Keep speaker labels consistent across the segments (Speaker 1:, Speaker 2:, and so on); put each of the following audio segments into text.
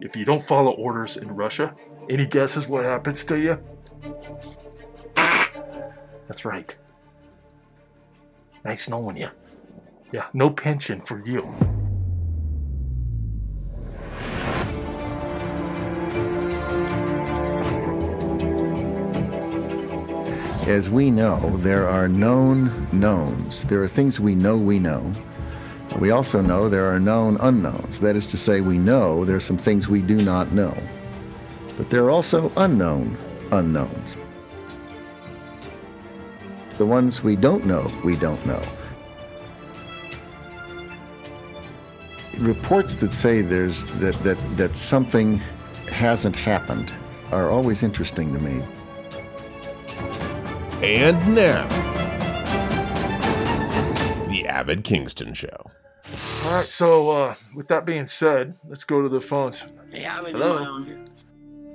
Speaker 1: If you don't follow orders in Russia, any guesses what happens to you? That's right. Nice knowing you. Yeah, no pension for you.
Speaker 2: As we know, there are known knowns. There are things we know we know. We also know there are known unknowns. That is to say, we know there are some things we do not know. But there are also unknown unknowns. The ones we don't know, we don't know. Reports that say there's that, that, that something hasn't happened are always interesting to me.
Speaker 3: And now, The Avid Kingston Show.
Speaker 1: All right, so uh, with that being said, let's go to the phones.
Speaker 4: Hey, I would
Speaker 1: Hello?
Speaker 4: on here.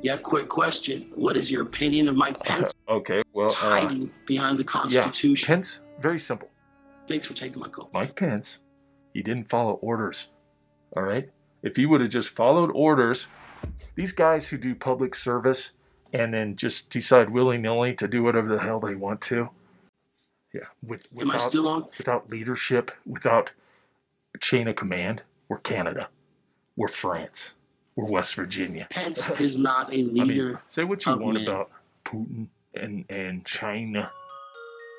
Speaker 4: Yeah, quick question. What is your opinion of Mike Pence
Speaker 1: Okay, well, uh,
Speaker 4: hiding behind the
Speaker 1: yeah,
Speaker 4: Constitution?
Speaker 1: Pence, very simple.
Speaker 4: Thanks for taking my call.
Speaker 1: Mike Pence, he didn't follow orders. All right? If he would have just followed orders, these guys who do public service and then just decide willy nilly to do whatever the hell they want to, yeah, with,
Speaker 4: Am I
Speaker 1: without,
Speaker 4: still on?
Speaker 1: without leadership, without a chain of command, we're Canada, we're France, we're West Virginia.
Speaker 4: Pence is not a
Speaker 1: I mean,
Speaker 4: leader.
Speaker 1: say what you
Speaker 4: of
Speaker 1: want
Speaker 4: men.
Speaker 1: about Putin and, and China.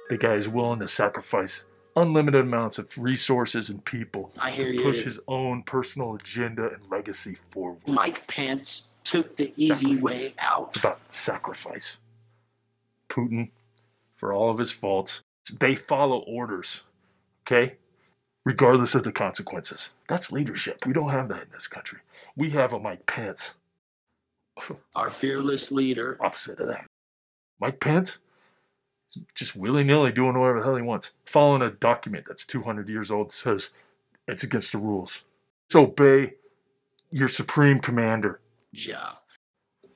Speaker 1: The guy is willing to sacrifice unlimited amounts of resources and people
Speaker 4: I hear
Speaker 1: to push
Speaker 4: you.
Speaker 1: his own personal agenda and legacy forward.
Speaker 4: Mike Pence took the easy
Speaker 1: Sacrifice.
Speaker 4: way out.
Speaker 1: It's about sacrifice. Putin, for all of his faults, they follow orders, okay? Regardless of the consequences. That's leadership. We don't have that in this country. We have a Mike Pence,
Speaker 4: Our fearless leader.
Speaker 1: opposite of that. Mike Pence, just willy nilly doing whatever the hell he wants, following a document that's 200 years old that says it's against the rules. Just obey your supreme commander.
Speaker 4: job.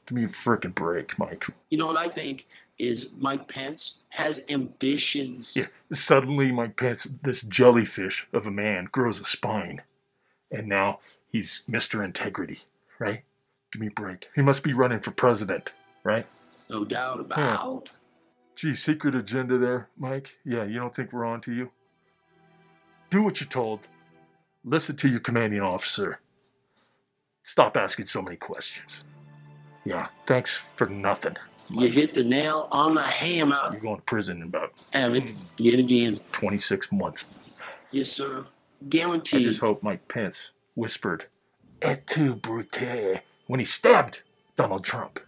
Speaker 1: Give me a freaking break, Mike.
Speaker 4: You know what I think is Mike Pence has ambitions.
Speaker 1: Yeah. Suddenly, Mike Pence, this jellyfish of a man, grows a spine, and now he's Mr. Integrity, right? Give me a break. He must be running for president, right?
Speaker 4: No doubt
Speaker 1: Hmm.
Speaker 4: about.
Speaker 1: Gee, secret agenda there, Mike. Yeah, you don't think we're on to you? Do what you're told. Listen to your commanding officer. Stop asking so many questions. Yeah, thanks for nothing.
Speaker 4: You hit the nail on the hammer.
Speaker 1: You're going to prison in about
Speaker 4: Abbott,
Speaker 1: Hmm.
Speaker 4: yet again.
Speaker 1: 26 months.
Speaker 4: Yes, sir.
Speaker 1: I
Speaker 4: Guaranteed.
Speaker 1: just hope Mike Pence whispered, "Et tu, Brute," when he stabbed Donald Trump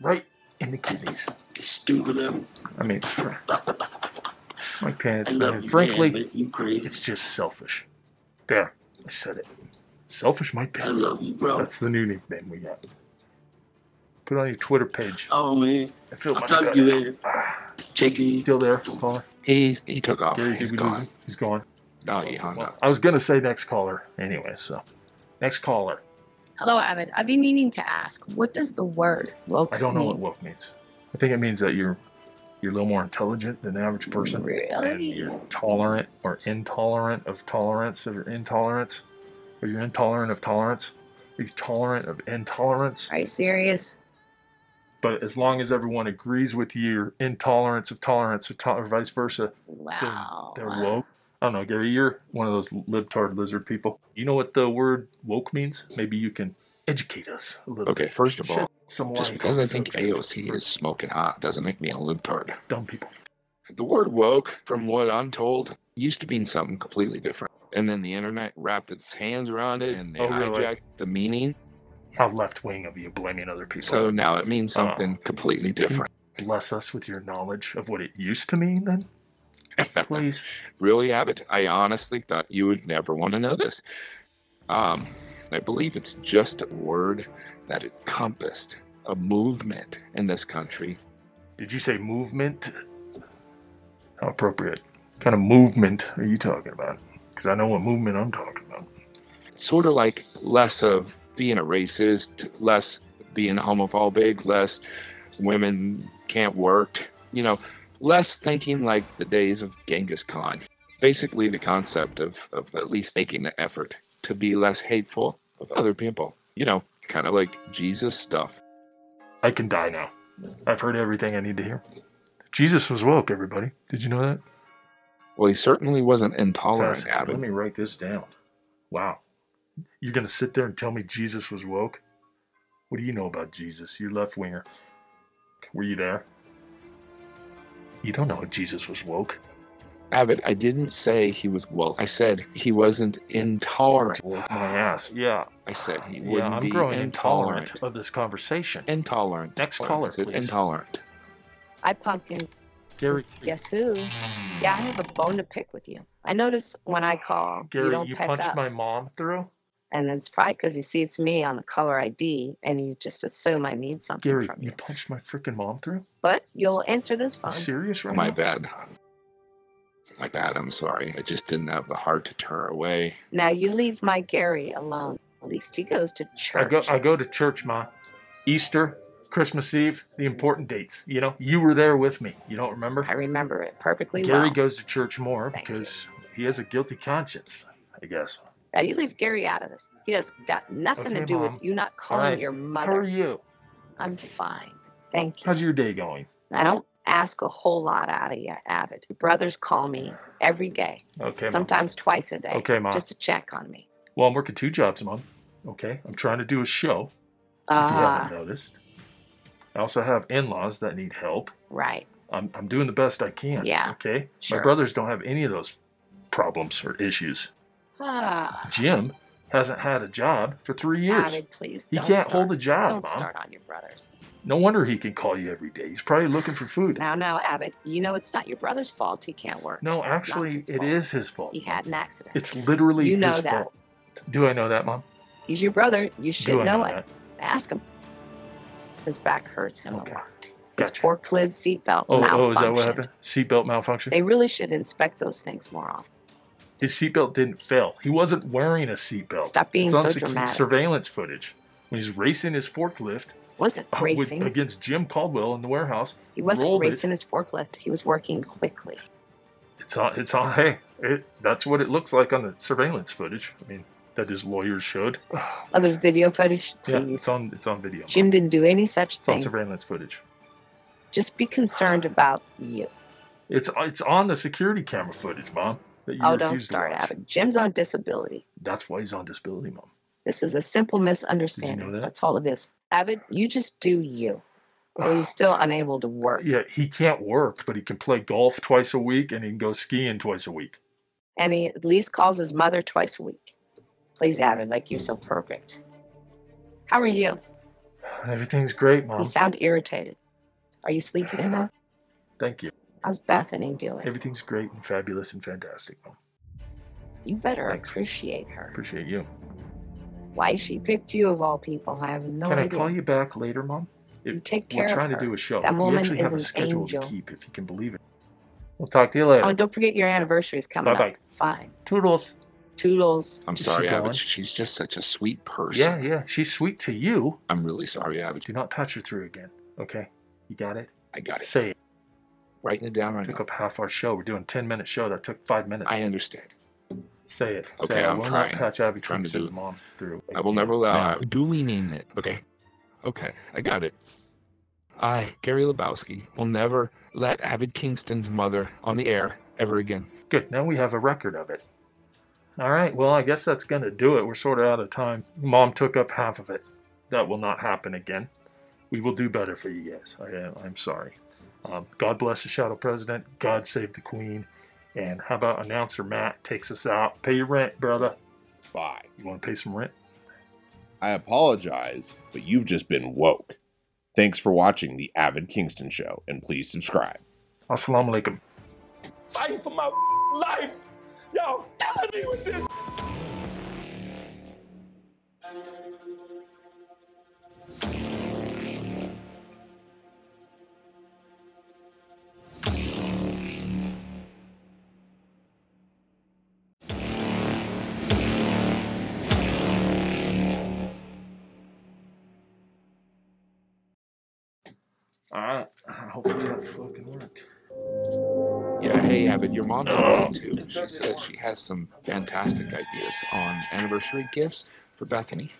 Speaker 1: right in the kidneys.
Speaker 4: Stupid of him.
Speaker 1: I mean, Mike Pence,
Speaker 4: I love
Speaker 1: man,
Speaker 4: you,
Speaker 1: frankly,
Speaker 4: man, but you
Speaker 1: it's
Speaker 4: crazy.
Speaker 1: just selfish. There, I said it. Selfish Mike
Speaker 4: I
Speaker 1: Pence.
Speaker 4: love you, bro.
Speaker 1: That's the new nickname we got. Put it on your Twitter page.
Speaker 4: Oh man,
Speaker 1: I feel
Speaker 4: I'll
Speaker 1: much
Speaker 4: talk to you
Speaker 1: better.
Speaker 4: later. Take it easy.
Speaker 1: Still there, caller?
Speaker 5: He he took off.
Speaker 1: Gary,
Speaker 5: He's
Speaker 1: did we lose
Speaker 5: gone. Oh,
Speaker 1: him? He's gone.
Speaker 5: No, he hung
Speaker 1: Well,
Speaker 5: up.
Speaker 1: I was gonna say next caller anyway. So, next caller.
Speaker 6: Hello, Avid. I've been meaning to ask, what does the word woke
Speaker 1: I don't know what
Speaker 6: mean?
Speaker 1: woke means. I think it means that you're you're a little more intelligent than the average person. And
Speaker 6: Really?
Speaker 1: you're tolerant or intolerant of tolerance or intolerance. Are you intolerant of tolerance? Are you tolerant of intolerance?
Speaker 6: Are you serious?
Speaker 1: But as long as everyone agrees with your intolerance of tolerance or, to- or vice versa,
Speaker 6: Wow.
Speaker 1: they're woke. I don't know, Gary, you're one of those libtard lizard people. You know what the word woke means? Maybe you can educate us a little
Speaker 5: Okay,
Speaker 1: bit.
Speaker 5: first of
Speaker 1: Shed
Speaker 5: all,
Speaker 1: some
Speaker 5: just
Speaker 1: light
Speaker 5: because
Speaker 1: on
Speaker 5: I
Speaker 1: the
Speaker 5: think
Speaker 1: subject.
Speaker 5: AOC is smoking hot doesn't make me a libtard.
Speaker 1: dumb people.
Speaker 5: The word woke,
Speaker 1: Mm-hmm.
Speaker 5: from what I'm told, used to mean something completely different. And then the internet wrapped its hands around it and they
Speaker 1: Oh,
Speaker 5: hijacked
Speaker 1: really?
Speaker 5: the meaning.
Speaker 1: How left wing of you blaming other people.
Speaker 5: So now it means
Speaker 1: Oh.
Speaker 5: something completely different.
Speaker 1: bless us with your knowledge of what it used to mean then please
Speaker 5: really, Abbott, I honestly thought you would never want to know this. Um, I believe it's just a word that encompassed a movement in this country
Speaker 1: did you say movement how appropriate kind of movement are you talking about because i know what movement i'm talking about
Speaker 5: sort of like less of being a racist, less being homophobic, less women can't work, you know, less thinking like the days of Genghis Khan. Basically, the concept of, of at least making the effort to be less hateful of other people. You know, kind of like Jesus stuff.
Speaker 1: I can die now. I've heard everything I need to hear. Jesus was woke, everybody. Did you know that?
Speaker 5: Well, he certainly wasn't intolerant,
Speaker 1: Fascinating. Let
Speaker 5: Abbott.
Speaker 1: me write this down. Wow. You're going to sit there and tell me Jesus was woke? What do you know about Jesus? You left winger. Were you there? You don't know if Jesus was woke.
Speaker 5: Abbott, I didn't say he was woke. I said he wasn't intolerant.
Speaker 1: Woke my ass. Yeah.
Speaker 5: I said he wouldn't
Speaker 1: Yeah, I'm
Speaker 5: be
Speaker 1: growing intolerant.
Speaker 5: intolerant.
Speaker 1: of this conversation.
Speaker 5: Intolerant.
Speaker 1: Next
Speaker 5: What
Speaker 1: caller,
Speaker 5: is it?
Speaker 1: please.
Speaker 5: Intolerant.
Speaker 7: I pumpkin
Speaker 1: Gary,
Speaker 7: guess who? Yeah, I have a bone to pick with you. I notice when I call, you
Speaker 1: Gary,
Speaker 7: don't
Speaker 1: you
Speaker 7: pick
Speaker 1: punched
Speaker 7: up.
Speaker 1: my mom through?
Speaker 7: And it's probably because you see it's me on the caller ID and you just assume I need something
Speaker 1: Gary,
Speaker 7: from
Speaker 1: you
Speaker 7: you.
Speaker 1: punched my freaking mom through?
Speaker 7: But you'll answer this
Speaker 1: Are
Speaker 7: phone.
Speaker 1: you serious right
Speaker 5: My
Speaker 1: now?
Speaker 5: bad. My bad. I'm sorry. I just didn't have the heart to turn her away.
Speaker 7: Now you leave my Gary alone. At least he goes to
Speaker 1: I
Speaker 7: church.
Speaker 1: go, I go to church, Ma. Easter, Christmas Eve, the important dates. You know, you were there with me. You don't remember?
Speaker 7: I remember it perfectly
Speaker 1: Gary
Speaker 7: well.
Speaker 1: goes to church more
Speaker 7: Thank you.
Speaker 1: because he has a guilty conscience, I guess.
Speaker 7: now you leave Gary out of this. He has got nothing
Speaker 1: Okay,
Speaker 7: to do
Speaker 1: Mom.
Speaker 7: with you not calling
Speaker 1: right.
Speaker 7: your
Speaker 1: How are
Speaker 7: mother.
Speaker 1: you?
Speaker 7: I'm fine. Thank you.
Speaker 1: How's your day going?
Speaker 7: I don't ask a whole lot out of you, Abbott. Your brothers call me every day,
Speaker 1: Okay, Mom.
Speaker 7: sometimes twice a day,
Speaker 1: Okay, Mom.
Speaker 7: just to check on me.
Speaker 1: Well, I'm working two jobs, Mom. Okay, I'm trying to do a show. If you
Speaker 7: Ah,
Speaker 1: haven't noticed. I also have in-laws that need help.
Speaker 7: right.
Speaker 1: I'm, I'm doing the best I can.
Speaker 7: Yeah,
Speaker 1: Okay.
Speaker 7: sure.
Speaker 1: My brothers don't have any of those problems or issues.
Speaker 7: Ah,
Speaker 1: Jim hasn't had a job for three years.
Speaker 7: Abbott, please.
Speaker 1: he
Speaker 7: don't
Speaker 1: can't
Speaker 7: start.
Speaker 1: hold a job,
Speaker 7: Don't
Speaker 1: Mom.
Speaker 7: start on your brothers.
Speaker 1: No wonder he can call you every day. He's probably looking for food.
Speaker 7: Now, now, Abbott, you know it's not your brother's fault he can't work.
Speaker 1: no,
Speaker 7: It's not
Speaker 1: actually,
Speaker 7: his
Speaker 1: it
Speaker 7: fault.
Speaker 1: is his fault.
Speaker 7: He had an accident.
Speaker 1: It's literally
Speaker 7: You know
Speaker 1: his
Speaker 7: that.
Speaker 1: fault. Do I know that, Mom?
Speaker 7: He's your brother. You should
Speaker 1: Do I
Speaker 7: know,
Speaker 1: know
Speaker 7: it.
Speaker 1: that?
Speaker 7: Ask him. His back hurts him
Speaker 1: Okay.
Speaker 7: a lot. His
Speaker 1: Gotcha.
Speaker 7: poor Clid seatbelt
Speaker 1: Oh,
Speaker 7: malfunctioned.
Speaker 1: oh, is that what happened? Seatbelt malfunction.
Speaker 7: They really should inspect those things more often.
Speaker 1: His seatbelt didn't fail. He wasn't wearing a seatbelt.
Speaker 7: Stop being
Speaker 1: it's on
Speaker 7: so
Speaker 1: secu-
Speaker 7: dramatic.
Speaker 1: surveillance footage when he's racing his forklift
Speaker 7: wasn't
Speaker 1: uh, with-
Speaker 7: racing.
Speaker 1: against Jim Caldwell in the warehouse.
Speaker 7: he wasn't
Speaker 1: rolled it.
Speaker 7: racing his forklift. He was working quickly.
Speaker 1: It's on. It's on. Hey, it, that's what it looks like on the surveillance footage. I mean, that his lawyers showed.
Speaker 7: Oh, there's video footage.
Speaker 1: yeah,
Speaker 7: Please.
Speaker 1: it's on. It's on video.
Speaker 7: Jim didn't do any such
Speaker 1: it's on
Speaker 7: thing.
Speaker 1: surveillance footage.
Speaker 7: Just be concerned about you.
Speaker 1: It's it's on the security camera footage, Mom. That you
Speaker 7: Oh, don't
Speaker 1: refuse to
Speaker 7: start,
Speaker 1: watch.
Speaker 7: Abbott. Jim's on disability.
Speaker 1: That's why he's on disability, Mom.
Speaker 7: This is a simple misunderstanding.
Speaker 1: that?
Speaker 7: That's all it is. Abbott, you just do you. Well, he's still unable to work.
Speaker 1: Ah. Yeah, he can't work, but he can play golf twice a week and he can go skiing twice a week.
Speaker 7: And he at least calls his mother twice a week. Please, Abbott, like you're so perfect. How are you?
Speaker 1: Everything's great, Mom.
Speaker 7: You sound irritated. Are you sleeping enough?
Speaker 1: Thank you.
Speaker 7: How's Bethany doing?
Speaker 1: Everything's great and fabulous and fantastic, Mom.
Speaker 7: You better
Speaker 1: Thanks.
Speaker 7: appreciate her.
Speaker 1: Appreciate you.
Speaker 7: Why she picked you of all people, I have no
Speaker 1: can I
Speaker 7: idea.
Speaker 1: call you back later, Mom?
Speaker 7: You take care
Speaker 1: We're
Speaker 7: of
Speaker 1: trying to
Speaker 7: her.
Speaker 1: do a show.
Speaker 7: That
Speaker 1: we
Speaker 7: woman
Speaker 1: actually
Speaker 7: is
Speaker 1: have a
Speaker 7: an
Speaker 1: schedule to
Speaker 7: angel.
Speaker 1: keep, if you can believe it. We'll talk to you later.
Speaker 7: Oh, and don't forget your anniversary is coming
Speaker 1: Bye-bye.
Speaker 7: up. Fine.
Speaker 1: Toodles.
Speaker 7: Toodles.
Speaker 5: I'm
Speaker 1: Is she
Speaker 5: sorry,
Speaker 1: gone?
Speaker 5: Abbott. She's just such a sweet person.
Speaker 1: Yeah, yeah. She's sweet to you.
Speaker 5: I'm really sorry, Abbott.
Speaker 1: Do not patch her through again. Okay? You got it?
Speaker 5: I got it.
Speaker 1: Say it.
Speaker 5: Writing it down right
Speaker 1: Took
Speaker 5: now.
Speaker 1: up half our show. We're doing a 10 minute show. That took five minutes.
Speaker 5: I understand.
Speaker 1: Say it.
Speaker 5: Okay,
Speaker 1: Say it. I
Speaker 5: I'm
Speaker 1: will
Speaker 5: trying.
Speaker 1: Not patch Abby
Speaker 5: Trying to do
Speaker 1: Kingston's
Speaker 5: it.
Speaker 1: mom through.
Speaker 5: I will never allow
Speaker 1: Now,
Speaker 5: Abbott. Duly name it. Okay. Okay. I got it. I, Gary Lebowski, will never let Abbott Kingston's mother on the air ever again.
Speaker 1: Good. Now we have a record of it. All right. Well, I guess that's going to do it. We're sort of out of time. Mom took up half of it. That will not happen again. We will do better for you guys. I am, I'm sorry. Um, God bless the shadow president. God save the queen. And how about announcer Matt takes us out? Pay your rent, brother.
Speaker 3: Bye.
Speaker 1: You want to pay some rent?
Speaker 3: I apologize, but you've just been woke. Thanks for watching The Avid Kingston Show, and please subscribe.
Speaker 1: Assalamu alaikum.
Speaker 8: fighting for my life. Y'all killing me with this.
Speaker 1: All right. Hopefully that fucking worked.
Speaker 5: Yeah, hey, Abbott, your mom told me too. She
Speaker 1: Doesn't
Speaker 5: said
Speaker 1: work.
Speaker 5: she has some fantastic ideas on anniversary gifts for Bethany.